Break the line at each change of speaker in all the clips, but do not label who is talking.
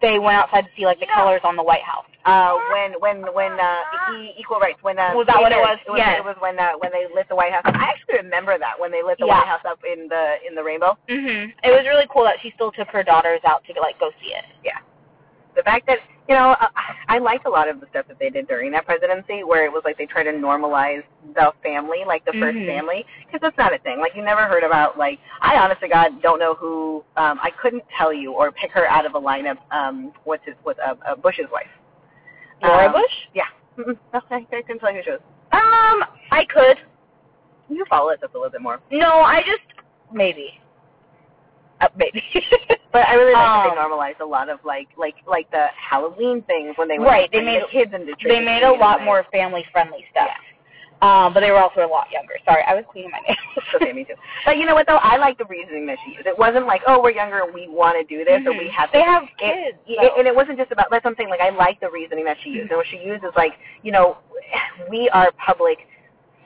they went outside to see like the
Yeah.
colors on the White House.
Uh, when when when uh, e- equal rights when uh,
Was that what it was?
It was,
Yes.
it was when uh, when they lit the White House. up. I actually remember that when they lit the
Yeah.
White House up in the in the rainbow.
Mhm. It was really cool that she still took her daughters out to like go see it.
The fact that you know uh, I liked a lot of the stuff that they did during that presidency, where it was like they tried to normalize the family, like the first
Mhm.
family, because that's not a thing. Like you never heard about like I honest to God don't know who um, I couldn't tell you or pick her out of a lineup. Um, what's his what's uh, uh, Bush's wife?
Laura
Um,
Bush?
Mm-mm. No, I, I couldn't tell you who she was.
Um, I could.
You follow us up a little bit more.
No, I just maybe. Uh, maybe.
But I really like that
Um,
they normalized a lot of like like like the Halloween things when they would
Right, they
bring
made-
the kids into
they made a lot more family friendly stuff. Um, but they were also a lot younger. Sorry, I was cleaning my
okay,
nails.
me too. But you know what though? I like the reasoning that she used. It wasn't like oh we're younger and we want to do this or we
Mhm.
have.
they
This.
have
It-
kids.
Yeah,
though.
and it wasn't just about that's something like I like the reasoning that she used. And what she used is like, you know, we are public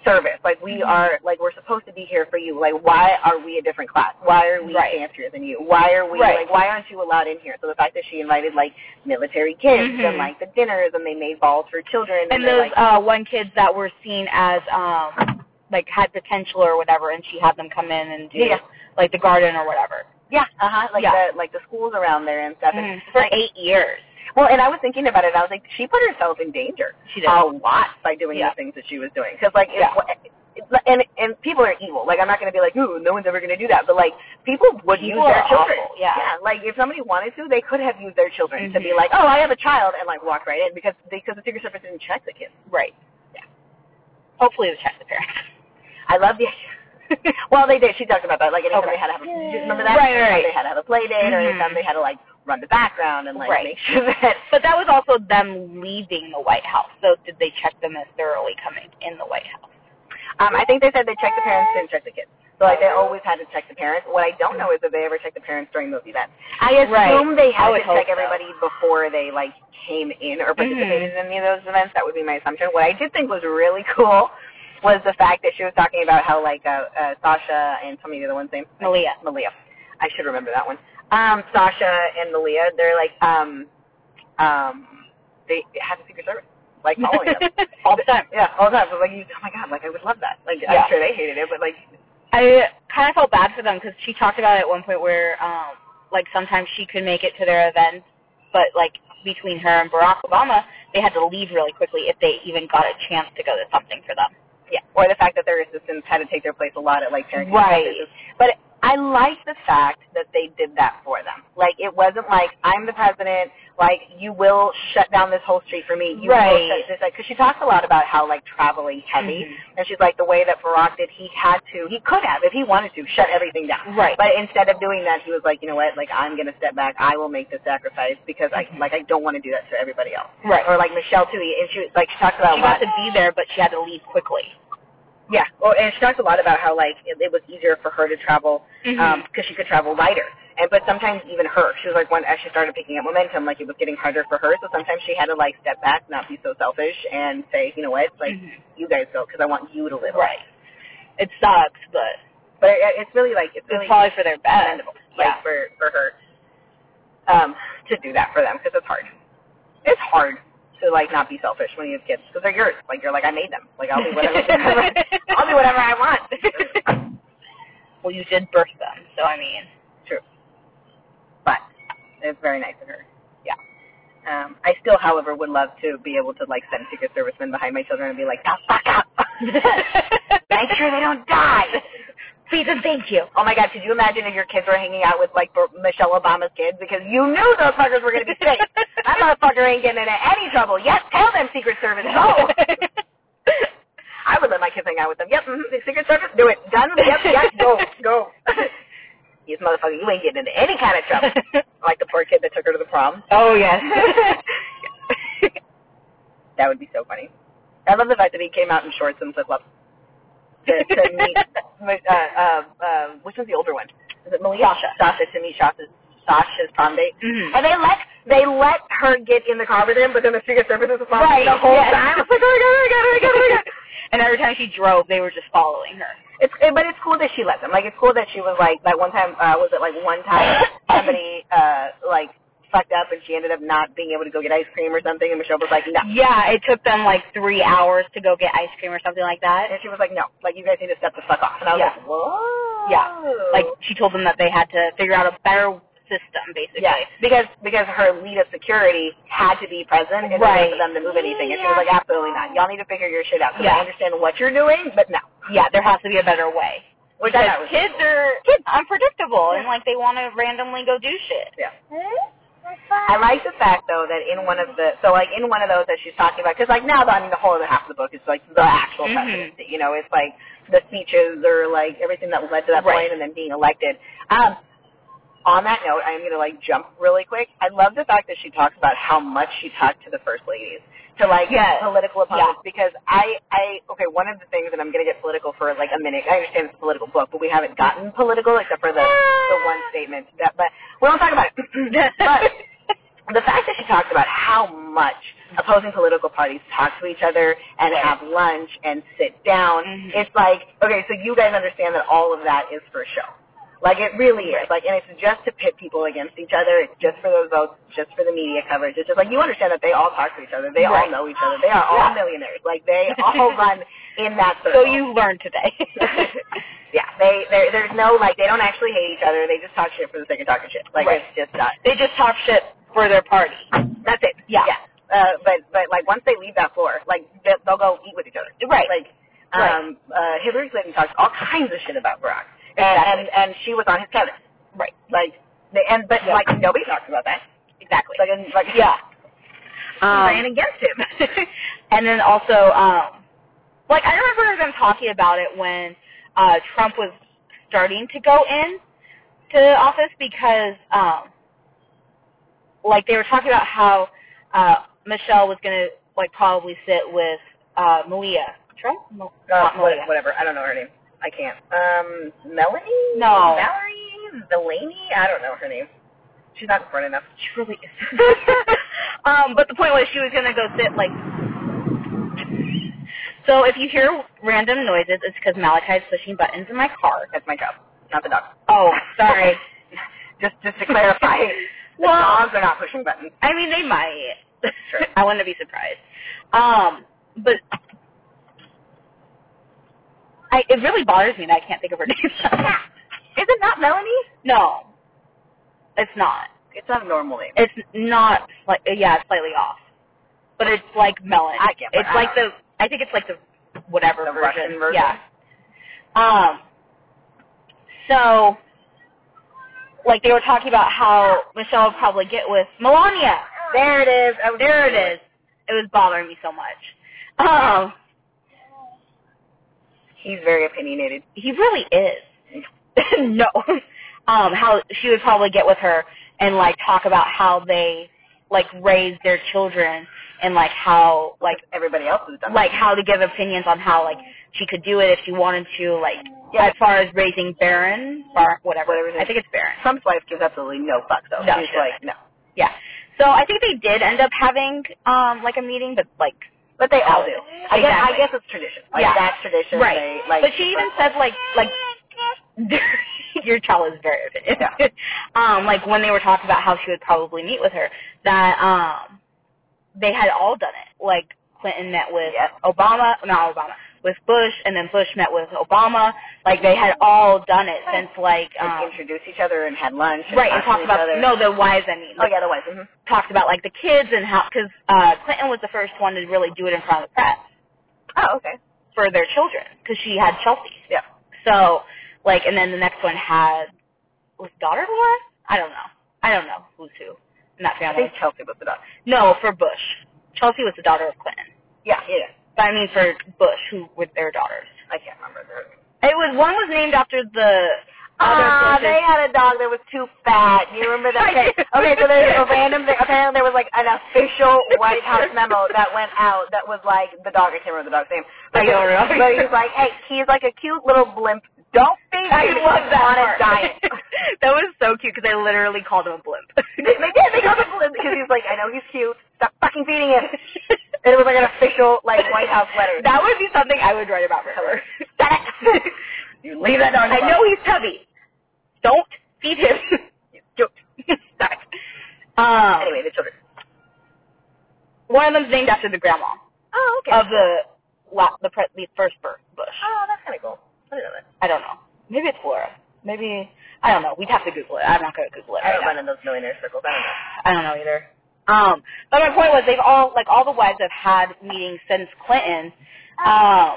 service. Like we
Mhm.
are like we're supposed to be here for you. Like why are we a different class? Why are we
Right.
fancier than you? Why are we
Right.
like why aren't you allowed in here? So the fact that she invited like military kids
Mhm.
and like the dinners and they made balls for children and,
and
they're,
those
like
uh one kids that were seen as um like had potential or whatever and she had them come in and do
Yeah.
like the garden or whatever.
yeah, uh huh, like
Yeah. Mm-hmm.
the like the schools around there and stuff. And,
For
like,
eight years.
well, and I was thinking about it. And I was like, she put herself in danger.
She did.
a lot by doing
Yeah.
the things that she was doing. Because like,
Yeah.
it, it, and and people are evil. Like I'm not going to be like, ooh, no one's ever going to do that. But like, people would
People
use their
are
children.
awful, yeah.
Like if somebody wanted to, they could have used their children to be
Mhm.
like, oh, I have a child, and like walk right in because because the Secret Service didn't check the kids.
Right. Yeah. Hopefully the check the parents.
I love the. well, they did. She talked about that. Like anytime
Okay.
they had to have, a, you remember that?
Right, right.
They had to have a play date, or
Mhm.
anytime they had to like run the background and like
Right.
make sure that
But that was also them leaving the White House. So did they check them as thoroughly coming in the White House?
Um, I think they said they checked the parents, didn't check the kids. So like they always had to check the parents. What I don't know is if they ever checked the parents during those events. I assume they
I
had
would
to
hope
check
so.
everybody before they like came in or participated
Mm-hmm.
in any of those events. That would be my assumption. What I did think was really cool was the fact that she was talking about how like uh, uh, Sasha and tell me the other one's name.
Malia.
Malia. I should remember that one. Um, Sasha and Malia, they're like um um they have the Secret Service like following them.
All the time.
Yeah, all the time. I was like, oh my god, like I would love that. Like
Yeah.
I'm sure they hated it, but like
I kind of felt bad for them because she talked about it at one point where, um, like, sometimes she could make it to their events, but like between her and Barack Obama, they had to leave really quickly if they even got a chance to go to something for them.
yeah, or the fact that their assistants had to take their place a lot at like parenting
Right.
classes. But I like the fact that they did that for them. Like it wasn't like I'm the president. Like you will shut down this whole street for me. You
Right.
will shut this because she talks a lot about how like traveling heavy,
Mm-hmm.
and she's like the way that Barack did. He had to. He could have if he wanted to shut everything down.
Right.
But instead of doing that, he was like, you know what? Like I'm gonna step back. I will make the sacrifice because I like I don't want to do that to everybody else.
Right.
Or like Michelle too. And she was like she talks about
She
a lot.
got to be there, but she had to leave quickly.
Yeah, well, and she talks a lot about how like it, it was easier for her to travel because
Um,
she could travel lighter. And but sometimes even her, she was like when as she started picking up momentum, like it was getting harder for her. So sometimes she had to like step back, not be so selfish, and say, you know what, like you guys go because I want you to live.
Mm-hmm. right. It sucks, but
But it, it's really like it's really
it's probably for their best.
commendable,
Yeah.
like for for her um, to do that for them because it's hard. It's hard to like not be selfish when you have kids because they're yours. Like you're like I made them. Like I'll do whatever. I'll do whatever I want.
well, you did birth them, so I mean,
but it's very nice of her.
Yeah.
Um, I still, however, would love to be able to like send Secret Servicemen behind my children and be like, "The fuck up! Make sure they don't die."
please and thank you.
Oh my God! Could you imagine if your kids were hanging out with like Bar- Michelle Obama's kids because you knew those fuckers were going to be safe. that motherfucker ain't getting into any trouble. Yes, tell them Secret Service. No. I would let my kids hang out with them. Yep, mm-hmm, Secret Service, do it. Done. Yep, yep, go, go. Yes, motherfucker, you ain't getting into any kind of trouble. Like the poor kid that took her to the prom.
oh yes.
that would be so funny. I love the fact that he came out in shorts and flip flops. To, to meet, uh, uh, uh, which was the older one? Is it Malia? Sasha. Sasha to meet Sasha's, Sasha's prom date.
Mhm.
And they let they let her get in the car with him, but then the Secret Service was following
Right,
the whole
yes.
time. I was like, oh my god, oh my god, oh my god, oh my god.
and every time she drove, they were just following her.
It's it, but it's cool that she let them. Like it's cool that she was like that one time. Uh, was it like one time somebody uh like fucked up and she ended up not being able to go get ice cream or something. And Michelle was like, no.
Yeah, it took them like three hours to go get ice cream or something like that.
And she was like, no. Like, you guys need to step the fuck off. And I was
Yeah.
like, whoa.
Yeah. Like she told them that they had to figure out a better system, basically.
Yeah, because because her lead of security had to be present in
Right.
order for them to move anything, and she was like, "Absolutely not. Y'all need to figure your shit out. 'cause
Yeah.
I understand what you're doing, but no."
Yeah, there has to be a better way.
Which I
Because
thought was
kids are
Kids.
unpredictable
Yeah.
and like they want to randomly go do shit.
Yeah. I like the fact though that in one of the so like in one of those that she's talking about because like now I mean the whole other half of the book is like the actual
Mhm.
presidency you know it's like the speeches or like everything that led to that
Right.
point and then being elected. Um, on that note, I am gonna like jump really quick. I love the fact that she talks about how much she talked to the first ladies to like
Yes.
political opponents because I I okay one of the things and I'm gonna get political for like a minute. I understand it's a political book, but we haven't gotten political except for the the one statement that but we don't talk about it. but the fact that she talked about how much opposing political parties talk to each other and
Right.
have lunch and sit down,
Mhm.
it's like, okay, so you guys understand that all of that is for show. Like it really is. Like, and it's just to pit people against each other. It's just for those votes, just for the media coverage. It's just like you understand that they all talk to each other. They
Right.
all know each other. They are all
Yeah.
millionaires. Like they all run in that circle.
so you learned today.
yeah. They there. There's no like they don't actually hate each other. They just talk shit for the sake of talking shit. Like
Right.
it's just not.
they just talk shit for their party.
That's it.
Yeah.
Uh, but but like once they leave that floor, like they, they'll go eat with each other.
Right.
Like
Right.
um, uh, Hillary Clinton talks all kinds of shit about Barack, and
Exactly.
and, and she was on his cabinet.
Right.
Like they, and but
Yeah.
like nobody talks about that.
Exactly.
Like and, like
yeah. Um,
she ran against him.
and then also, um, like I remember them talking about it when uh, Trump was starting to go in to office because, um, like, they were talking about how uh, Michelle was gonna like probably sit with uh, Malia. Trump? No,
Uh,
not
what,
Malia.
whatever. I don't know her name. I can't. Um, Melanie?
No.
Valerie? Delaney? I don't know her name. She's not important enough.
She really is. um, but the point was she was gonna go sit like. So if you hear random noises, it's because Malachi's pushing buttons in my car.
That's my job, not the dog.
Oh, sorry.
Just just to clarify, the
Well-
dogs are not pushing buttons.
I mean, they might.
Sure.
I wouldn't be surprised. Um, but I, it really bothers me that I can't think of her name.
Is it not Melanie?
no, it's not.
It's not a normal name.
It's not. Like, yeah, it's slightly off. But it's like melon.
I get what-
It's
I
like
don't
the. I think it's like the whatever
The
version.
Russian version?
Yeah. Um. So, like they were talking about how Michelle would probably get with Melania.
There it is. Oh,
There it is. It was bothering me so much. Um,
He's very opinionated.
he really is. no. Um, how she would probably get with her and like talk about how they like raise their children and like how like
everybody else has done.
like how to give opinions on how like she could do it if she wanted to like
Yeah.
as far as raising Baron or whatever.
Whatever it is.
I think it's Baron.
that. Trump's wife gives absolutely no fucks though.
No,
She's
she
like no.
Yeah. So I think they did end up having um like a meeting, but like
But they all do. I guess
Oh,
I
Exactly.
guess it's tradition. Like
Yeah.
that's tradition.
Right.
They, like,
but she even said like like your child is very opinionated.
Yeah.
um, like when they were talking about how she would probably meet with her, that um they had all done it. Like Clinton met with
Yes.
Obama not Obama, with Bush and then Bush met with Obama. Like they had all done it since like
like,
um
introduce each other and had lunch. And
Right, and talked
talked to
about
each other.
no the wives. I mean,
Oh
like,
yeah, the wife. Mm-hmm.
talked about like the kids and how because uh, Clinton was the first one to really do it in front of the press
Oh okay.
for their children because she had Chelsea.
Yeah.
So, like, and then the next one had was daughter Laura. I don't know. I don't know who's who in that
I
family.
think Chelsea was the dog.
No, for Bush, Chelsea was the daughter of Clinton.
Yeah, yeah.
But I mean for Bush, who were their daughters.
I can't remember. their name.
It was one was named after the other
Ah,
Bush's-
they had a dog that was too fat. You remember that?
I
Okay,
do.
okay so there's a random thing. Apparently there was like an official White House memo that went out that was like the dog, I can't remember the dog's name.
I don't remember.
But he's like, hey, he's like a cute little blimp. Don't feed
I
him
love that
on
part.
a diet.
that was so cute because I literally called him a blimp.
they, they did. They called him blimp because he's like, I know he's cute. Stop fucking feeding him. And it was like an official like White House letter.
That would be something I would write about River.
Shut it. you leave that dog
I
alone.
know he's tubby. Don't feed him.
Don't.
Stop. Um,
Anyway, the children.
one of them's named after the grandma
Oh, okay.
of the la- the, pre- the first birth bush.
oh, that's kind of cool. I didn't know that.
I don't know. Maybe it's Laura. Maybe I don't know. We'd have to Google it. I'm not going to Google it.
I
Right
don't
now.
run in those millionaire circles. I
I
don't know.
don't know either. Um, but my point was they've all like all the wives have had meetings since Clinton um,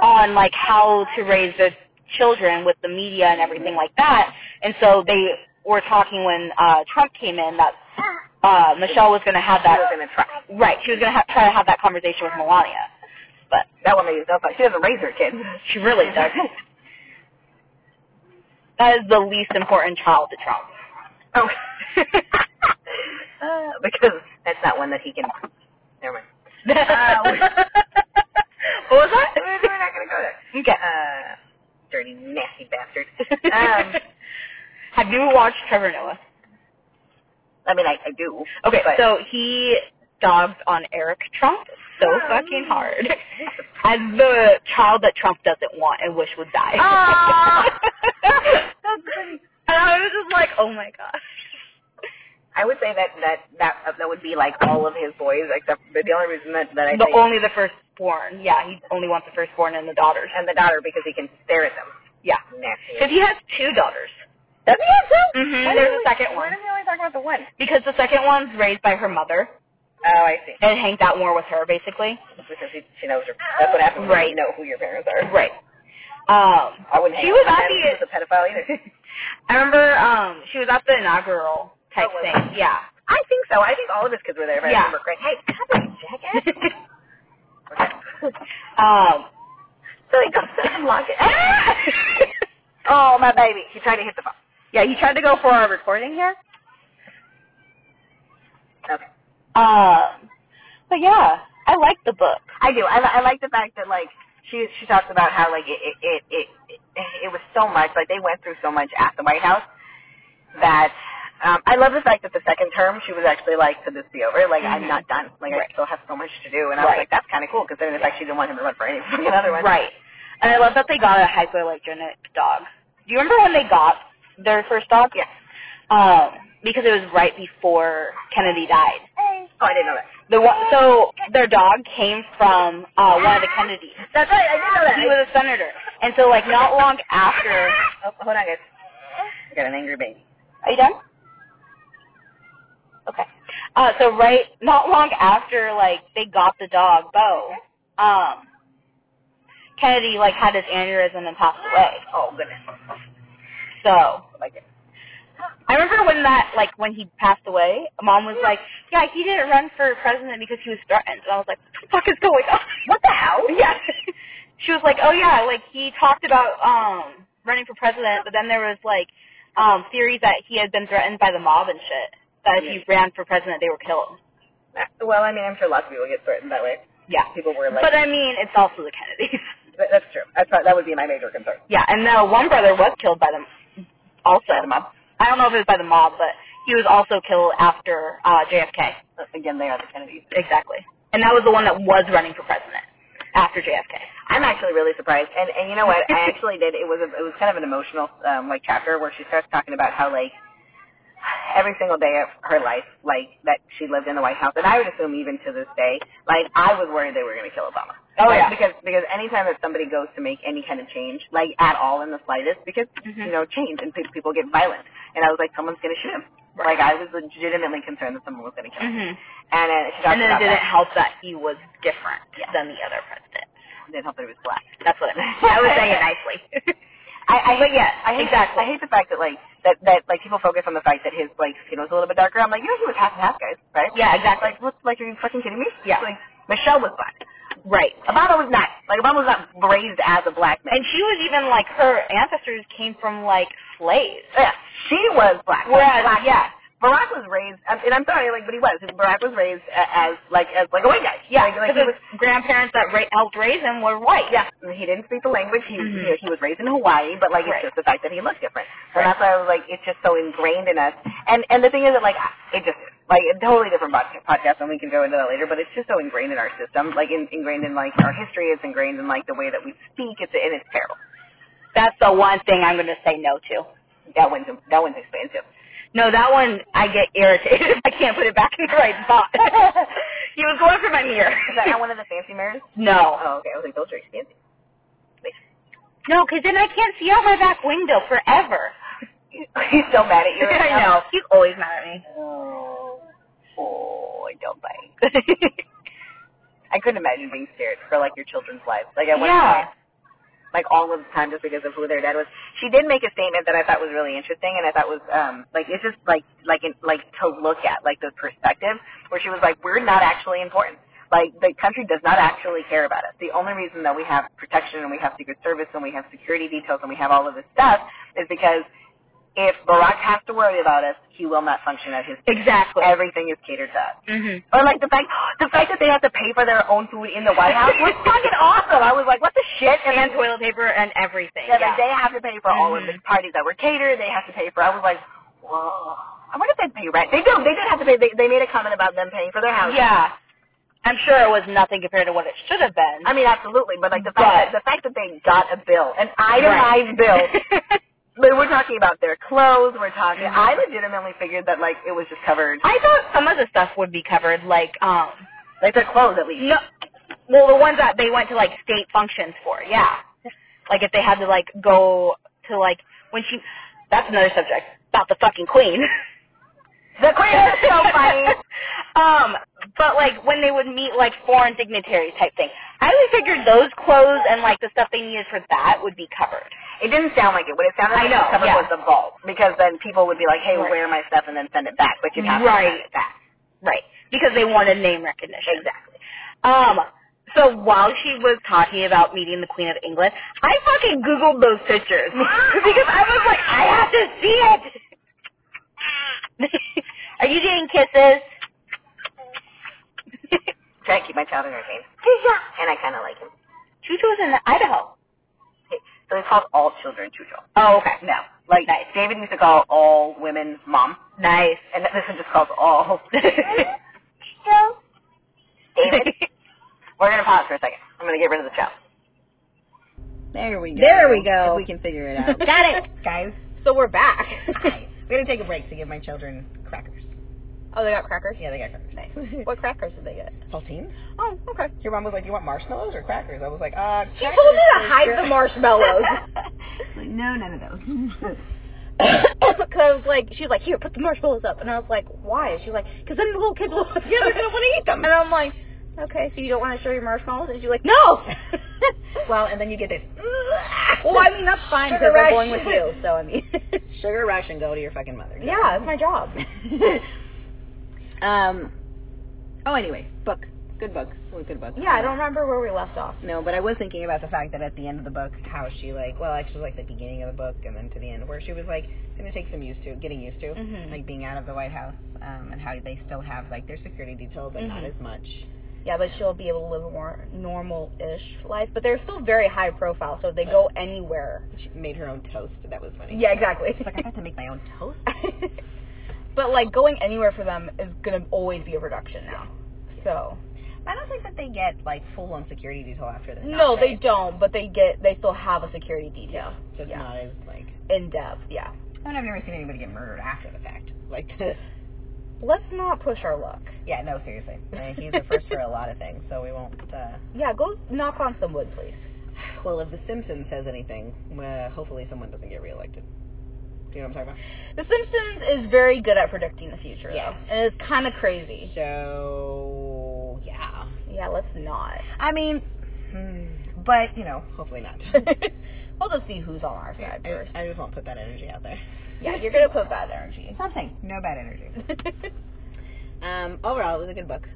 on like how to raise their children with the media and everything like that. And so they were talking when uh, Trump came in that uh, Michelle was going to have
She was
that
in a truck.
right. She was going to ha- try to have that conversation with Melania. But
That woman is no fun. She doesn't raise her kids.
she really does. That is the least important child to Trump.
Oh. uh, because that's not one that he can. Never mind.
what was
We're
that?
not gonna go there.
Okay.
Uh, dirty, nasty bastard. Um,
Have you watched Trevor Noah?
I mean, I, I do.
Okay,
but
so he dogged on Eric Trump so fucking hard as the child that Trump doesn't want and wish would die.
Ah.
and I was just like, oh my gosh.
I would say that that that that would be like all of his boys, except but the only reason that that I
The
think
only the firstborn. Yeah, he only wants the firstborn and the daughters.
and the daughter because he can stare at them.
Yeah, because
Nasty. Mm-hmm.
he has two daughters.
Does he have two?
Mhm,
Why
there's
do
a
we-
second one.
Why does he only talk about the one?
Because the second one's raised by her mother
Oh, I see.
and hangs out more with her, basically.
Because he, she knows her. That's what happens when
Right.
you know who your parents are.
Right. Um,
I wouldn't.
She
hang
was
out
at
with him
the-
if he was a pedophile either.
I remember um, she was at the inaugural type
Oh, was
thing. Yeah.
I think so. I think all of his kids were there. If I
Yeah.
remember correct. Hey, come on, jackass.
um,
so he got so locked. oh, my baby. He tried to hit the phone.
yeah, you tried to go for our recording here.
Okay.
Um, but yeah, I like the book.
I do. I, li- I like the fact that like she she talks about how like it it, it it it was so much like they went through so much at the White House that um, I love the fact that the second term she was actually like could this be over like
Mhm.
I'm not done like
Right.
I still have so much to do and I
Right.
was like that's kind of cool because then in fact she didn't want him to run for any fucking other one
Right. And I love that they got a hypoallergenic dog. Do you remember when they got their first dog?
Yeah.
Um, because it was right before Kennedy died.
oh I didn't know that
The one, so their dog came from uh, one of the Kennedys.
that's right I didn't know that
He was a senator, and so like not long after.
oh, hold on guys I got an angry baby
Are you done? Okay. Uh, so right, not long after like they got the dog, Bo, um, Kennedy like had his aneurysm and passed away.
oh goodness
So
like it
I remember when that like when he passed away, mom was like, "Yeah, he didn't run for president because he was threatened." And I was like, "What the fuck is going on?"
what the hell
yeah. She was like, "Oh yeah, like he talked about um running for president, but then there was like um theories that he had been threatened by the mob and shit. That if he ran for president, they were killed."
Uh, well I mean I'm sure lots of people get threatened that way
Yeah.
people were like
But I mean, it's also the Kennedys.
That- That's true. That's probably, that would be my major concern.
yeah, and no, one brother was killed by them. Also,
By the mob.
I don't know if it was by the mob, but he was also killed after uh JFK.
Uh, Again, they are the Kennedys.
Exactly. And that was the one that was running for president after JFK.
I'm actually really surprised, and and you know what? I actually did. It was a, it was kind of an emotional um, like chapter where she starts talking about how like every single day of her life, like that she lived in the White House, and I would assume even to this day, like I was worried they were going to kill Obama.
Oh,
Like,
yeah.
because because anytime that somebody goes to make any kind of change, like at all in the slightest, because
Mm-hmm.
you know change and pe- people get violent, and I was like someone's going to shoot him. Like I was legitimately concerned that someone was going to kill him.
hmm
And uh, she talks
And then it
about
didn't
that.
help that he was different
Yeah.
than the other president.
didn't help that he was black.
That's what I meant. I was saying it nicely.
I, I
but
hate,
yes,
I hate
exactly.
I hate the fact that like that that like people focus on the fact that his like skin was a little bit darker. I'm like, you know, he was half and half, guys, right?
yeah, exactly.
Like, what? Like, are you fucking kidding me?
Yeah.
Like, Michelle was black.
Right.
Obama was not. Like, Obama was not raised as a black man.
And she was even like her ancestors came from like slaves.
yeah, she was black.
Whereas
black.
yeah,
Barack was raised, um, and and I'm sorry, like, but he was. Barack was raised a- as like as like a white guy.
yeah,
Like, like
because
he was.
his grandparents that ra- helped raise him were white.
Yeah, he didn't speak the language. He
Mhm.
you know, he was raised in Hawaii, but like it's
Right.
just the fact that he looked different. So
Right.
that's why I was like, it's just so ingrained in us. And and the thing is that like it just is. like a totally different pod- podcast, and we can go into that later. But it's just so ingrained in our system, like in, ingrained in like our history. It's ingrained in like the way that we speak. It's and it's terrible.
That's the one thing I'm going to say no to.
That one's that one's expensive.
No, that one I get irritated if I can't put it back in the right spot. he was going for my mirror.
Is that not one of the fancy mirrors?
no.
Oh, okay. I was like, those are expensive.
No, because then I can't see out my back window forever.
He's so mad at you right
I
now.
know. He's always mad at me.
Oh, oh, I don't bite. I couldn't imagine being scared for like your children's lives. Like I went
Yeah.
yeah. like all of the time just because of who their dad was. She did make a statement that I thought was really interesting and I thought was um like it's just like like in, like to look at like the perspective where she was like we're not actually important. Like the country does not actually care about us. The only reason that we have protection and we have Secret Service and we have security details and we have all of this stuff is because if Barack has to worry about us, he will not function at his.
Exactly.
Everything is catered to us.
Mm-hmm.
Or like the fact the fact that they have to pay for their own food in the White House was fucking awesome. I was like, what the shit? And then
And toilet paper and everything.
yeah,
yeah.
like, they have to pay for all of the
Mhm.
parties that were catered. They have to pay for. I was like, whoa. I wonder if they pay rent. They do. They did have to pay. They, they made a comment about them paying for their house.
Yeah. I'm sure it was nothing compared to what it should have been.
I mean, absolutely. But like the fact
But-
that, the fact that they got a bill, an itemized bill. But we're talking about their clothes. We're talking.
Mhm.
I legitimately figured that like it was just covered,
I thought some of the stuff would be covered, like um
like their clothes at least.
no well the ones that they went to like state functions for, yeah. Like if they had to like go to like when she that's another subject. About the fucking queen.
The queen is so funny.
um, but like when they would meet like foreign dignitaries type thing. I always figured those clothes and like the stuff they needed for that would be covered.
It didn't sound like it. What it sounded
I
like
know,
it
yeah.
covered was the vault because then people would be like, "Hey,
Right.
where are my stuff?" and then send it back, but you'd have to
Right.
send it back.
Right. Because they wanted name recognition.
Exactly.
Um, so while she was talking about meeting the Queen of England, I fucking Googled those pictures because I was like, I have to see it. Are you getting kisses?
Try to keep my child entertained, and I kind of like him.
Chucho's in Idaho.
So it's called all children Chucho.
Oh, okay.
No, like
Nice.
David used to call all women mom,
Nice.
and this one just calls all. David, we're gonna pause for a second. I'm gonna get rid of the child. There we
go. There we go. If we
can figure it
Got it.
guys.
So we're back.
We're gonna take a break to give my children crackers.
oh, they got crackers?
Yeah, they got crackers. Nice.
What crackers did they get?
Saltines?
Oh, okay.
Your mom was like, "You want marshmallows or crackers?" I was like, "Uh."
She
crackers
told me to
for
hide
sure."
the marshmallows.
like, no, none of those.
Because, like, she was like, here, put the marshmallows up. And I was like, why? She was like, because then the little kids will...
yeah, they're gonna want to eat them.
And I'm like, okay, so you don't want to show your marshmallows? And she's like, no!
Well, and then you get this.
well, I mean, that's fine because
Sugar
they're
rush.
going with you. So, I mean,
Sugar rush and go to your fucking mother.
yeah, it's my job.
um. Oh, anyway, book. Good book. It was a good book.
Yeah, I don't remember where we left off.
No, but I was thinking about the fact that at the end of the book, how she like, well, actually like the beginning of the book and then to the end, where she was like, it's gonna take some used to, getting used to,
Mhm.
like being out of the White House, um, and how they still have like their security detail, but not
Mhm.
as much.
Yeah, but she'll be able to live a more normal-ish life. But they're still very high profile, so if they go anywhere.
She made her own toast. That was funny.
Yeah, exactly.
She's like, I have to make my own toast.
but like going anywhere for them is gonna always be a production now. So
I don't think that they get like full on security detail after this.
no, they don't. But they get they still have a security detail
Just
Yeah.
not as like.
in depth. Yeah.
I mean, I've never seen anybody get murdered after the fact. Like,
Let's not push our luck.
yeah, no, seriously. Uh, he's the first for a lot of things, so we won't. Uh...
Yeah, go knock on some wood, please.
Well, if The Simpsons says anything, uh, hopefully someone doesn't get reelected. Do you know what I'm talking
The Simpsons is very good at predicting the future,
Yes.
though, and it's kind of
about?
crazy.
So, yeah.
Yeah, let's not.
I mean, hmm, but you know, hopefully not.
we'll just see who's on our
I,
side first.
I just won't put that energy out there.
Yeah, you're gonna put bad energy.
Something. No bad energy. Um, overall, it was a good book.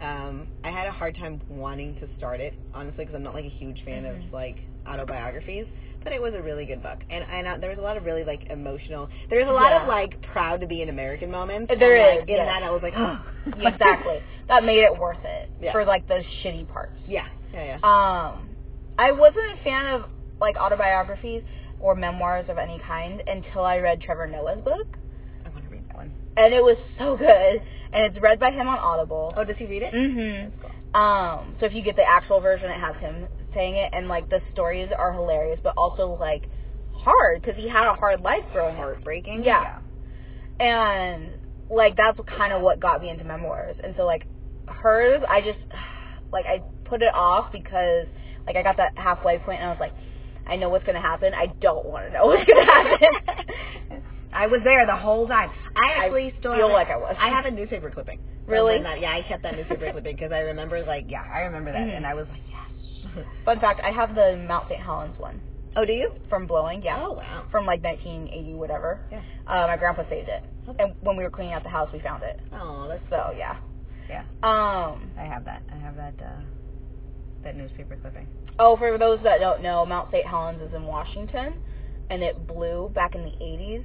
Um, I had a hard time wanting to start it, honestly, because I'm not like a huge fan
Mhm.
of like autobiographies. But it was a really good book, and and uh, there was a lot of really like emotional. There was a lot
Yeah.
of like proud to be an American moments.
There
and,
is,
like, in
yes.
that I was like, oh,
exactly. That made it worth it
Yeah.
for like the shitty parts.
yeah, yeah, yeah.
Um, I wasn't a fan of like autobiographies or memoirs of any kind until I read Trevor Noah's book,
I want to read that one.
and it was so good. And it's read by him on Audible.
Oh, does he read it?
Mhm.
That's cool.
Um, so if you get the actual version, it has him saying it, and like the stories are hilarious, but also like hard because he had a hard life growing up.
Heartbreaking.
Yeah. and like that's kind of what got me into memoirs. And so like hers, I just like I put it off because like I got that halfway point and I was like, I know what's gonna happen. I don't want to know what's gonna happen.
I was there the whole time. I actually still
feel
have
like
it.
I was.
I have a newspaper clipping. from
Really?
when that- yeah, I kept that newspaper clipping because I remember like yeah, I remember that,
Mhm.
and I was like yes.
Fun fact: I have the Mount St. Helens one
oh, do you?
from blowing. Yeah.
Oh wow.
From like 1980, whatever.
Yeah.
Uh, my grandpa saved it,
Okay.
and when we were cleaning out the house, we found it.
Oh, that's
So yeah.
Yeah.
Um.
I have that. I have that. Uh, that newspaper clipping.
Oh, for those that don't know, Mount St. Helens is in Washington, and it blew back in the 80s.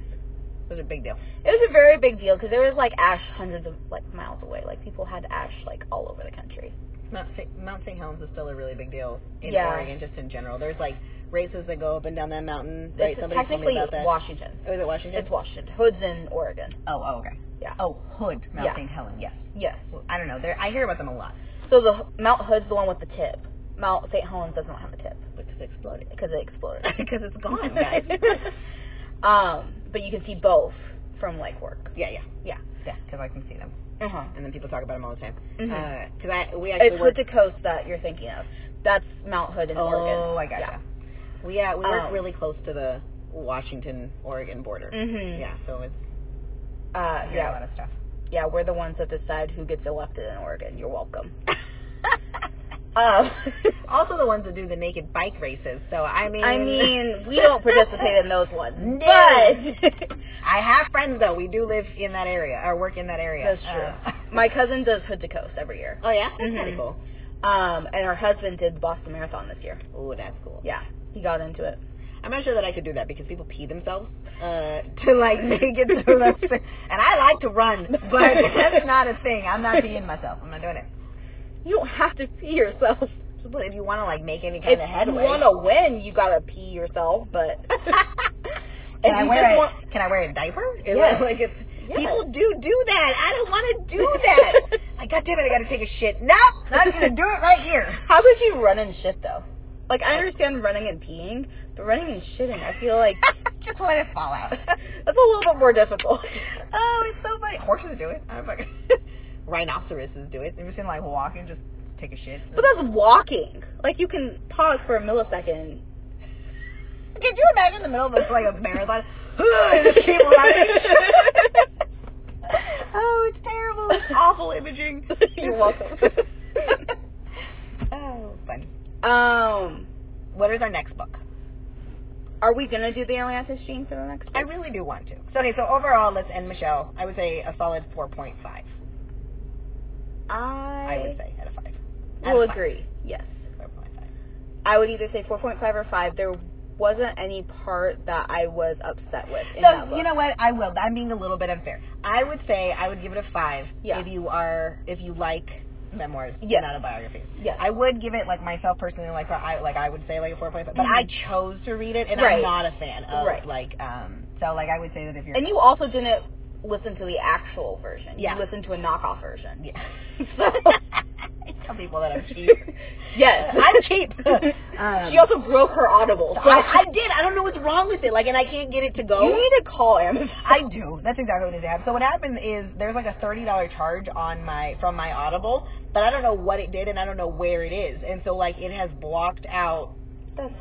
It was a big deal.
It was a very big deal because there was like ash hundreds of like miles away. Like people had ash like all over the country.
Mount St. Mount St. Helens is still a really big deal in
Yeah.
Oregon, just in general. There's like races that go up and down that mountain.
This
Right?
is
Somebody told
technically
me about that.
Washington.
oh, is it Washington?
It's Washington. Hood's in Oregon.
oh, oh, okay.
Yeah.
Oh, Hood, Mount
Yeah.
St. Helens. Yes.
Yes.
Well, I don't know. There, I hear about them a lot
So the Mount Hood's the one with the tip. Mount St. Helens does not have a tip
because it exploded.
because it exploded.
Because it's gone, guys.
um, but you can see both from like work.
yeah, yeah,
Yeah.
yeah. Because I can see them,
Uh huh.
and then people talk about them all the time.
Mhm.
Because I we actually
It's
work.
Hood to Coast that you're thinking of. That's Mount Hood in
oh,
Oregon.
I gotcha. We uh, we work
Um,
really close to the Washington Oregon border.
Mhm.
Yeah, so it's
Uh,
Mm-hmm. hear a lot
yeah.
of stuff.
Yeah, we're the ones that decide who gets elected in Oregon. You're welcome. Um,
also the ones that do the naked bike races. So I mean,
I mean, we don't participate in those ones.
No.
But
I have friends though. We do live in that area or work in that area.
that's true.
Uh,
My cousin does Hood to Coast every year.
oh yeah, that's
Mhm.
pretty cool.
Um, and her husband did the Boston Marathon this year.
Oh, that's cool.
Yeah, he got into it.
I'm not sure that I could do that because people pee themselves uh, to like make it through those things. And I like to run, but that's not a thing. I'm not peeing myself. I'm not doing it.
You don't have to pee yourself.
But if you want to like make any kind
If
of
you
headway,
want to win, you gotta pee yourself. But if
can I
you
wear
just
a,
want-
can I wear a diaper? Is
Yes.
that like it's
Yes.
people do do that. I don't want to do that. like God damn it, I got to take a shit. No, I'm gonna do it right here.
how could you run and shit though? Like I understand running and peeing, but running and shitting, I feel like
Just let it fall out.
that's a little bit more difficult.
oh, it's so funny. Horses do it. I don't fucking rhinoceroses do it. They've just been like walking, just take a shit.
But that's walking. Like you can pause for a millisecond.
Could you imagine the middle of this like a marathon? and just keep running. oh, it's terrible. It's awful imaging.
You're welcome.
oh, fun.
um,
What is our next book?
are we gonna do the Atlantis Gene for the next?
I
One?
really do want to. So okay, so overall, let's end Michelle. I would say a solid four point five.
I
I would say out of five. Out
will
of five.
agree. Yes,
Four point five.
I would either say 4.5 or 5. There wasn't any part that I was upset with. In that
So
book.
you know what? I will. I'm being a little bit unfair. I would say I would give it a five
Yeah.
if you are if you like memoirs,
Yes.
not autobiographies.
Yes.
I would give it like myself personally, like I like I would say like a four point five, but
Mhm.
I chose to read it, and
Right.
I'm not a fan of
Right.
like um. So like I would say that if you're
and you also didn't listen to the actual version.
Yeah.
You listened to a knockoff version.
yeah.
So-
Tell people that I'm cheap.
yes, Um,
I'm cheap. Um,
she also broke her Audible. So
I, I did. I don't know what's wrong with it. Like, and I can't get it to go.
you need to call Amazon.
I do. That's exactly what needs to happen. So what happened is there's like a thirty dollar charge on my from my Audible, but I don't know what it did and I don't know where it is, and so like it has blocked out.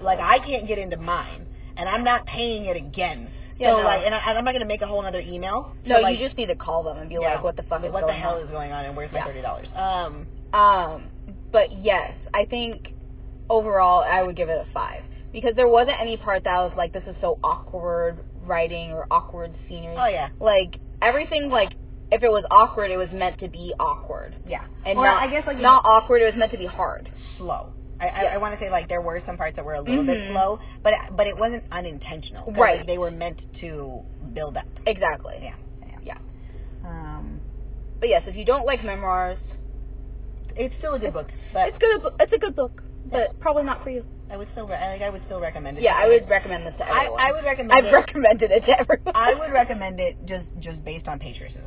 Like I can't get into mine, and I'm not paying it again.
Yeah,
so
no.
like, and, I, and I'm not gonna make a whole other email.
No,
So, like,
you just need to call them and be
yeah.
like, "What the fuck is
what
going
the hell
on?"
is going on, and where's my
Yeah.
thirty dollars? Um,
Um, but yes, I think overall I would give it a five because there wasn't any part that I was like, this is so awkward writing or awkward scenery.
oh yeah,
Like everything, like if it was awkward, it was meant to be awkward
yeah.
and
or
not
I guess like you
not awkward. It was meant to be hard.
slow. I, I,
Yeah.
I want to say like there were some parts that were a little bit
Mhm.
slow, but but it wasn't unintentional. 'cause
Right.
They were meant to build up.
Exactly.
Yeah.
Yeah.
Um,
But yes, if you don't like memoirs,
it's still a good book, but
it's good. It's a good book, but probably not for you.
I would still re- I think I would still recommend it.
Yeah, I would recommend this to
I,
everyone.
I would recommend
I've
it.
recommended it to everyone.
I would recommend it just just based on patriotism.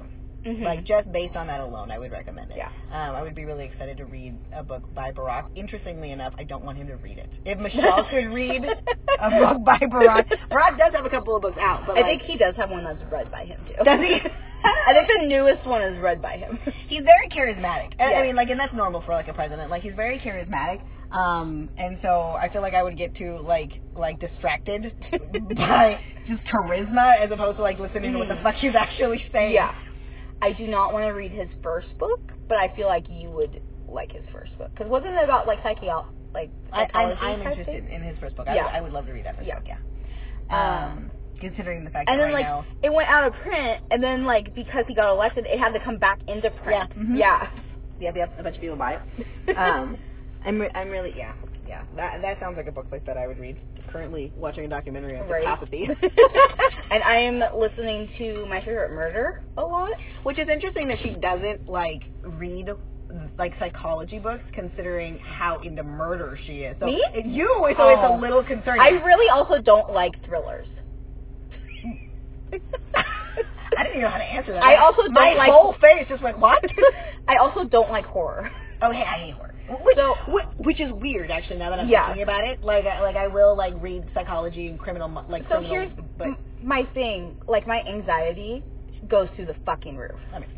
Mhm.
Like just based on that alone, I would recommend it.
Yeah.
Um, I would be really excited to read a book by Barack. Interestingly enough, I don't want him to read it. If Michelle could read a book by Barack, Barack does have a couple of books out, but
I
like,
think he does have one that's read by him too.
Does he?
I think the newest one is read by him.
he's very charismatic. And,
Yeah.
I mean, like, and that's normal for like a president. Like, he's very charismatic. Um, and so I feel like I would get too like like distracted by just charisma as opposed to like listening to what the
Mhm.
fuck he's actually saying.
Yeah. I do not want to read his first book, but I feel like you would like his first book because wasn't it about like psychio like
I, I'm,
psychology
I'm
type thing?
interested in his first book. I,
Yeah.
would, I would love to read that first
Yeah.
book. Yeah. Um,
Um,
considering the fact
and
that
then
right now,
like it went out of print, and then like because he got elected, it had to come back into print.
Yeah. Mhm.
Yeah.
yep, yep, a bunch of people buy it.
Mm-hmm.
um, I'm re- I'm really yeah yeah that that sounds like a book like that I would read. Currently watching a documentary on
Right.
psychopathy,
and I am listening to My Favorite Murder a lot.
which is interesting that she doesn't like read like psychology books, considering how into murder she is. So
Me?
it- you always so it's a
Oh.
little concerning.
I really also don't like thrillers.
I didn't even know how to answer that.
I also don't
my
like-
whole face just went what?
I also don't like horror.
Oh, hey, I hate horror. Which,
So-
whi- which is weird, actually. Now that I'm
Yeah.
thinking about it, like, I, like I will like read psychology and criminal, mo- like
So
criminal,
here's
but
m- my thing. Like my anxiety goes through the fucking roof.
that makes,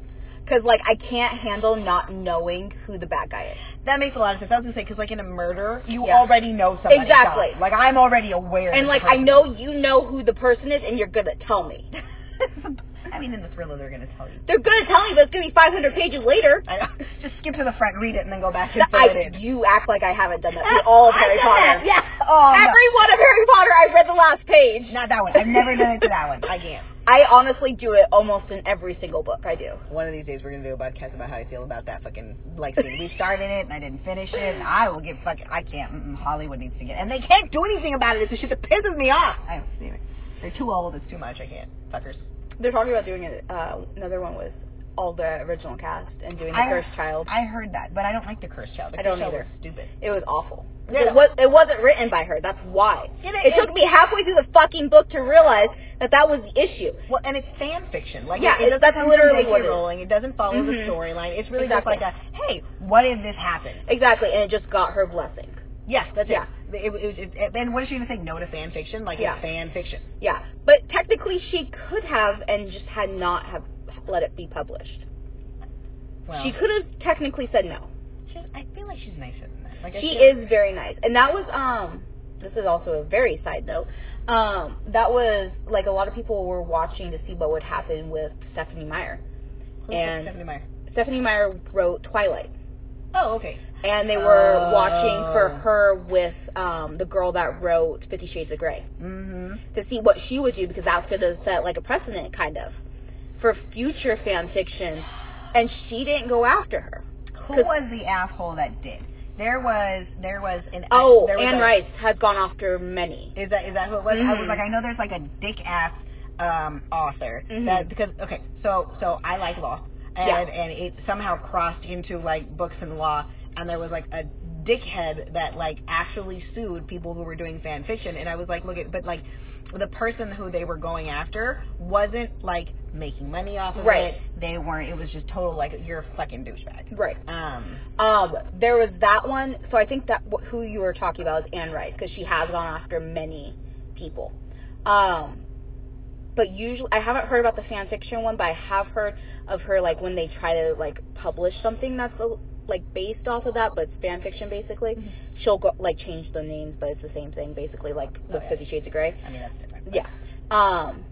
Cause like I can't handle not knowing who the bad guy is.
that makes a lot of sense. I was gonna say because like in a murder, you
Yeah.
already know somebody.
Exactly.
died. Like I'm already aware.
And
this
like I
person-
know you know who the person is, and you're gonna tell me.
I mean, in the thriller, they're gonna tell you.
They're gonna tell me, but it's gonna be 500 pages later.
I know. Just skip to the front, read it, and then go back and
That
fill it
I,
in.
you act like I haven't done that with all of
I
Harry
did
Potter.
that, Yeah. Oh, no.
Every one of Harry Potter, I read the last page.
not that one. I've never done it to that one. I can't.
I honestly do it almost in every single book I do.
One of these days we're gonna do a podcast about how I feel about that fucking like scene. We started it and I didn't finish it. And I will get fucking. I can't. Mm-mm, Hollywood needs to get. And they can't do anything about it. It's the shit that pisses me off. I don't see it. They're too old. It's too much. I can't. Fuckers.
They're talking about doing it, uh, another one with all the original cast and doing the
I-
Cursed Child.
I heard that, but I don't like the cursed child. The
I don't
Cursed Child
either.
was Stupid.
It was awful.
Yeah.
It, was, it wasn't written by her. That's why.
It,
It took me halfway through the fucking book to realize that that was the issue.
Well, and it's fan fiction. Like
Yeah,
it, it doesn't
it's- that's
come from
literally
J.K.
what it is.
Rowling. It doesn't follow the
Mhm.
storyline. It's really
Exactly.
just like a hey, what if this happened?
Exactly, and it just got her blessing.
Yes, that's
Yeah.
it. It, it, it, it. And what is she gonna say? No to fan fiction? Like
Yeah.
it's fan fiction.
Yeah, but technically she could have and just had not have let it be published.
Well,
She could have technically said no.
She's, I feel like she's nicer than that. Like I
She
feel-
is very nice. And that was um this is also a very side note. Um that was like a lot of people were watching to see what would happen with Stephanie Meyer.
Who's
and-
Stephanie Meyer?
Stephanie Meyer wrote Twilight
Oh, okay.
and they were
Oh.
watching for her with um the girl that wrote 50 Shades of Grey
Mm-hmm.
to see what she would do because that's going to set like a precedent kind of for future fan fiction and she didn't go after her.
Who
'Cause-
was the asshole that did? There was there was an
Oh,
there was
Anne
a-
Rice has gone after many.
Is that is that who it was? I was
Mhm.
like, I know there's like a dick ass um author
Mhm.
that because okay, so so I like law and
Yeah.
and it somehow crossed into like books and law and there was like a dickhead that like actually sued people who were doing fan fiction and I was like, look at but like the person who they were going after wasn't like making money off of
Right.
it. They weren't. It was just total like you're a fucking douchebag.
Right.
Um.
Um, there was that one. So I think that wh- who you were talking about is Anne Rice because she has gone after many people. Um, but usually I haven't heard about the fan fiction one, but I have heard of her like when they try to like publish something that's uh, like based off of that, but it's fan fiction basically. She'll go like change the names, but it's the same thing basically, like with
yeah.
Fifty Shades of Grey.
I mean that's different.
Yeah. Um,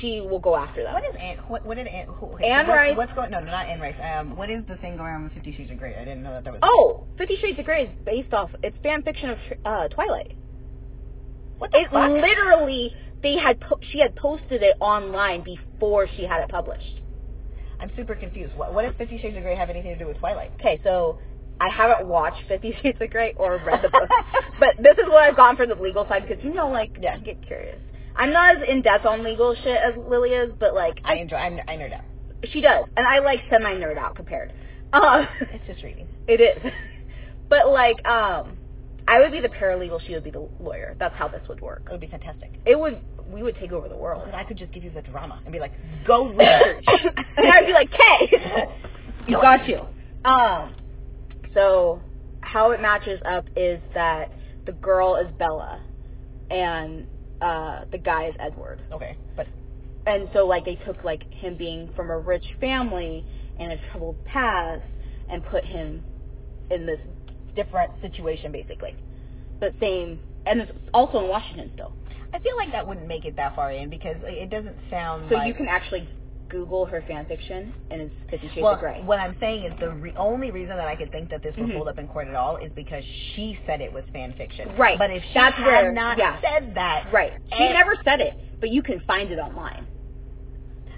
she will go after that.
What is Anne? What, what did Anne? Who, okay,
Anne
what,
Rice-
What's going? No, no, not Anne Rice. Um, what is the thing going on with Fifty Shades of Grey? I didn't know that there was.
Oh, Fifty Shades of Grey is based off. It's fan fiction of uh, Twilight.
what the
It
fuck?
literally they had po- she had posted it online before she had it published.
I'm super confused. What, what does Fifty Shades of Grey have anything to do with Twilight?
Okay, so I haven't watched Fifty Shades of Grey or read the book, but this is what I've gone from the legal side because you know, like,
Yeah.
I get curious. I'm not as in depth on legal shit as Lily is, but like,
I enjoy. I, I nerd out.
she does, and I like semi nerd out compared. Um,
It's just reading.
it is, but like, um, I would be the paralegal, she would be the lawyer. That's how this would work.
It would be fantastic.
It would we would take over the world.
But I could just give you the drama and be like, go research.
and I'd be like, hey, you got you. Um, so how it matches up is that the girl is Bella, and uh, the guy is Edward.
okay, but
And so like they took like him being from a rich family and a troubled past and put him in this different situation basically, but same. And it's also in Washington still,
I feel like that wouldn't make it that far in because it doesn't sound
so
like.
you can actually Google her fan fiction, and it's Fifty Shades
well,
of Grey.
what I'm saying is the re- only reason that I could think that this would
Mhm.
hold up in court at all is because she said it was fan fiction.
Right.
But if she
That's
had
where-
not
yeah.
said that,
Right. She
And-
never said it, but you can find it online.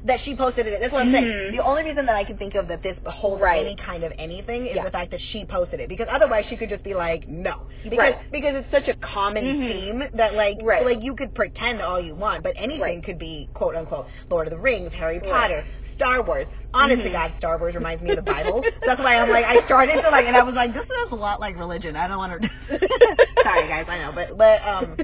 that she posted it, that's what I'm saying.
Mhm.
The only reason that I can think of that this holds
Right.
any kind of anything is
Yeah.
the fact that she posted it because otherwise she could just be like, no, because
Right.
because it's such a common
Mhm.
theme that like
Right.
like you could pretend all you want, but anything
Right.
could be quote unquote Lord of the Rings, Harry
Right.
Potter. Star Wars, honest to
Mhm.
God, Star Wars reminds me of the Bible. That's why I'm like, I started to like, and I was like, this sounds a lot like religion. I don't want to. Sorry, guys, I know, but but um,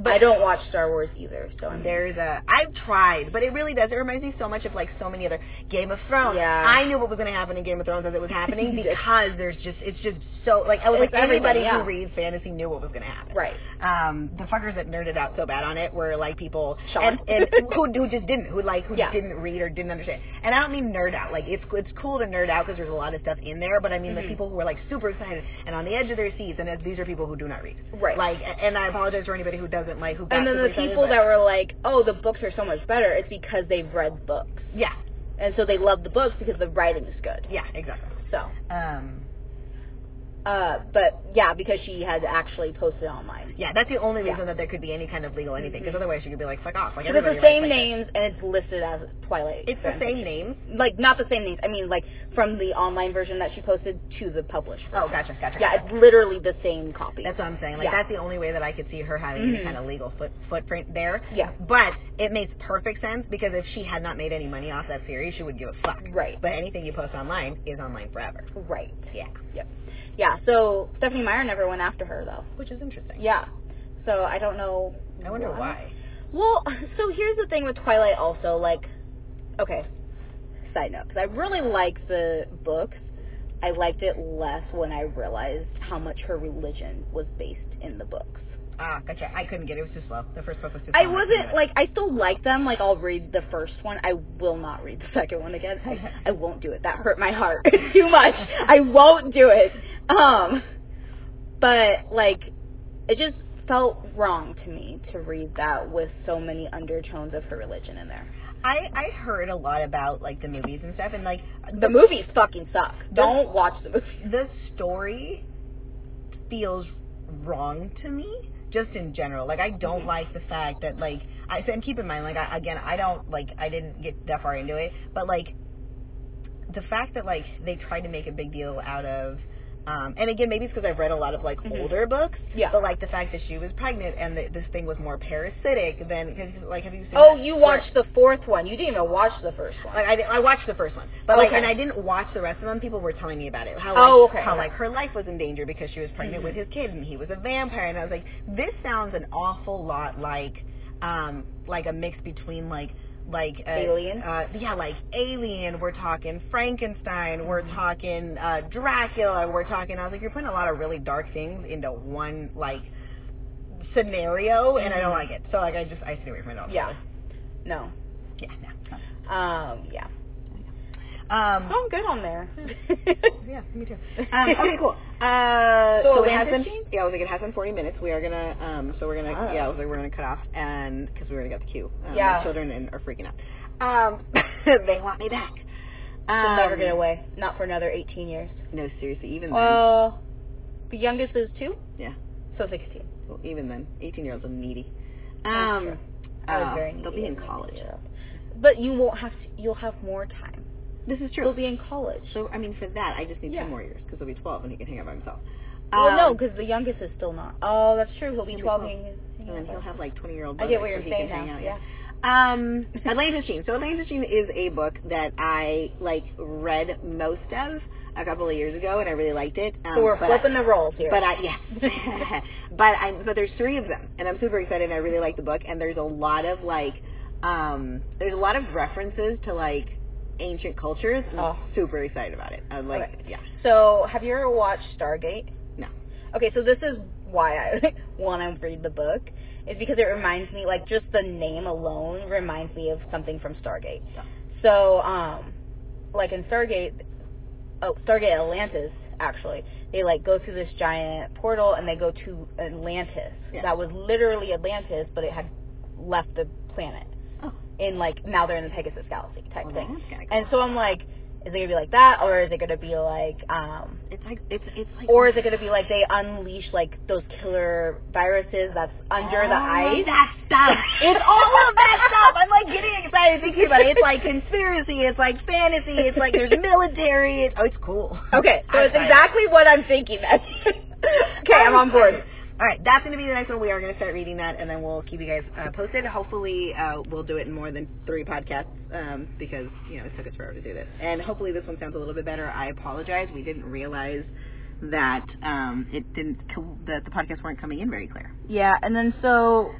but
I don't watch Star Wars either, so I'm
there's a. I've tried, but it really does. It reminds me so much of like so many other Game of Thrones.
Yeah.
I knew what was going to happen in Game of Thrones as it was happening
Yes.
because there's just it's just so like I was
It's
like everybody
everything,
who
yeah.
reads fantasy knew what was going to happen.
Right.
Um, the fuckers that nerded out so bad on it were like people
Sean.
and, and who who just didn't who like who
Yeah.
didn't read or didn't understand. And I don't mean nerd out. Like it's it's cool to nerd out because there's a lot of stuff in there, but I mean the
Mhm.
people who were like super excited and on the edge of their seats, and it's, these are people who do not read.
Right.
Like, and I apologize for anybody who doesn't like who. Got
and then
super
the
excited,
people
but-
that were like, "Oh, the books are so much better," it's because they've read books,
Yeah,
and so they love the books because the writing is good.
yeah, exactly.
So,
Um,
uh, but yeah, because she had actually posted online.
yeah, that's the only reason
Yeah.
that there could be any kind of legal anything, because
Mhm.
otherwise you could be like, fuck off. Like
Because it's
everybody
the
writes
same
like
names and it's listed as Twilight.
This. It's the
fan
same
fiction.
names.
Like not the same names. I mean, like from the online version that she posted to the published.
Oh,
version.
gotcha, gotcha.
Yeah, it's literally the same copy.
That's what I'm saying. Like
Yeah.
that's the only way that I could see her having any
Mhm.
kind of legal foot, footprint there.
Yeah.
But it makes perfect sense because if she had not made any money off that series, she would give a fuck.
Right.
But anything you post online is online forever.
Right.
Yeah.
Yep. Yeah. So Stephanie Meyer never went after her though.
Which is interesting.
Yeah. So I don't know.
I wonder why.
Well, so here's the thing with Twilight also, like, okay, side note, 'cause I really liked the books. I liked it less when I realized how much her religion was based in the books.
Ah, gotcha. I couldn't get it. It was too slow. The first book was too slow.
I
couldn't do
wasn't
it.
like I still like them. Like I'll read the first one. I will not read the second one again. I, I won't do it. That hurt my heart too much. I won't do it. Um, but like it just felt wrong to me to read that with so many undertones of her religion in there.
I I heard a lot about like the movies and stuff, and like
The movies fucking suck. Don't watch the movies.
the story feels wrong to me just in general like i don't
Mhm.
like the fact that like i and keep in mind like I, again i don't like i didn't get that far into it but like the fact that like they tried to make a big deal out of um and again maybe it's because i've read a lot of like
Mhm.
older books
Yeah.
but like the fact that she was pregnant and that this thing was more parasitic than because like have you seen
Oh,
that?
you
Where-
watched the fourth one. You didn't even watch the first one.
like I, I watched the first one, but like,
Okay.
and I didn't watch the rest of them. People were telling me about it. How like,
Oh, okay.
how like her life was in danger because she was pregnant
Mhm.
with his kid and he was a vampire, and I was like, this sounds an awful lot like, um, like a mix between like. Like uh,
Alien?
uh, yeah, like Alien. We're talking Frankenstein. We're
Mm-hmm.
talking uh, Dracula. We're talking. I was like, you're putting a lot of really dark things into one like scenario, and I don't
Mhm.
like it. So like, I just I stay away from it.
Yeah. No.
yeah, no.
Um. Yeah.
Um,
Oh, I'm good on there.
Yeah, me too. Um, okay, cool. Uh,
So
so, it
it
has
was
been. Yeah, I was like, it has been 40 minutes. We are gonna. Um, so we're gonna.
Ah.
Yeah, I was like, we're gonna cut off, and because we already got the cue. Um,
Yeah.
My children and are freaking out. Um, they want me back. Um,
She'll never get away. Not for another 18 years.
No, seriously, even
Well, the youngest is two.
Yeah.
So 16.
then, well, even then, 18 year olds are needy.
That's
Um,
true. I was
uh,
very
They'll
needy
be in
as an
college.
18-year-old. But you won't have to. You'll have more time.
This is
They'll
true.
be in college.
So I mean, for that, I just need
Yeah.
two more years because they'll be 12 and he can hang out by himself.
well, no,
Um,
because the youngest is still not. Oh, that's true. He'll be
He'll be
12.
12.
hanging-
and then he'll have like 20 year old.
I get what
so
you're
he
saying
can
now.
hang out,
yeah.
Um, Atlantis Gene. So Atlantis Gene is a book that I like read most of. a couple of years ago, and I really liked it. Um,
So we're
but
flipping the roles
I,
here.
but I yeah, but I but there's three of them, and I'm super excited. and I really like the book, and there's a lot of like, um, there's a lot of references to like ancient cultures. and I'm
Oh.
super excited about it. I'm like, yeah,
so, have you ever watched Stargate?
No.
Okay, so this is why I want to read the book is because it reminds me, like, just the name alone reminds me of something from Stargate.
Yeah.
So, um, like in Stargate, oh, Stargate Atlantis, actually, they like go through this giant portal and they go to Atlantis.
Yeah.
That was literally Atlantis, but it had left the planet.
Oh.
And like now they're in the Pegasus Galaxy type
Well,
thing.
that's kinda cool.
And so I'm like, is it gonna be like that, or is it gonna be like, um,
it's like it's it's like
or is it gonna be like they unleash like those killer viruses that's under the
All of
ice?
That stuff. It's all of that stuff. I'm like getting excited thinking about it. It's like conspiracy. It's like fantasy. It's like there's military. It's, oh, it's cool.
Okay, so
I'm
it's
excited.
exactly what I'm thinking. Then. okay, I'm on board.
All right, that's going to be the next one. We are going to start reading that, and then we'll keep you guys uh, posted. Hopefully, uh, we'll do it in more than three podcasts um, because you know it took us forever to do this. And hopefully, this one sounds a little bit better. I apologize. We didn't realize that um, it didn't co- that the podcasts weren't coming in very clear.
Yeah, and then so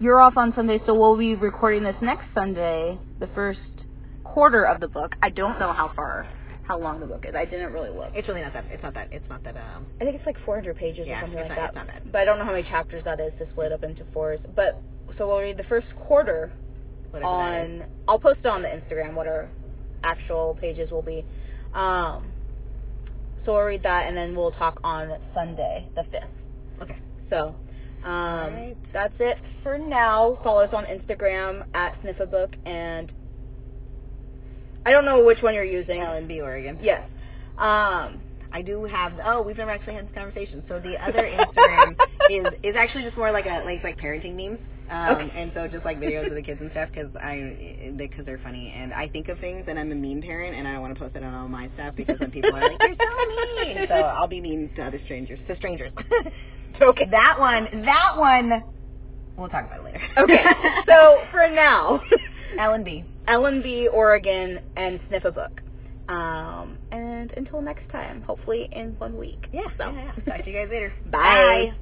you're off on Sunday, so we'll be recording this next Sunday, the first quarter of the book. I don't know how far, how long the book is. I didn't really look.
It's really not that. It's not that. It's not that. Um,
I think it's like 400 pages
Yeah,
or something
it's not-
like that.
it's not bad.
But I don't know how many chapters that is to split up into fours. But so we'll read the first quarter
whatever that is.
on. I'll post it on the Instagram what our actual pages will be. Um, so we'll read that and then we'll talk on Sunday the fifth.
Okay.
So. Um,
Alright.
That's it for now. Follow us on Instagram at Sniffabook and I don't know which one you're using.
LNB Oregon.
Yes. Um,
I do have. Oh, we've never actually had this conversation. So the other Instagram is is actually just more like a like like parenting memes. Um,
Okay.
And so just like videos of the kids and stuff because I because they're funny and I think of things and I'm a mean parent and I don't want to post it on all my stuff because then people are like you're so mean. So I'll be mean to other strangers to strangers. okay. That one. That one. We'll talk about it later.
Okay, so for now,
Ellen B.
LNB Oregon and Sniff a Book. Um, and until next time, hopefully in one week.
Yeah.
So.
yeah, yeah. Talk to you guys later.
Bye.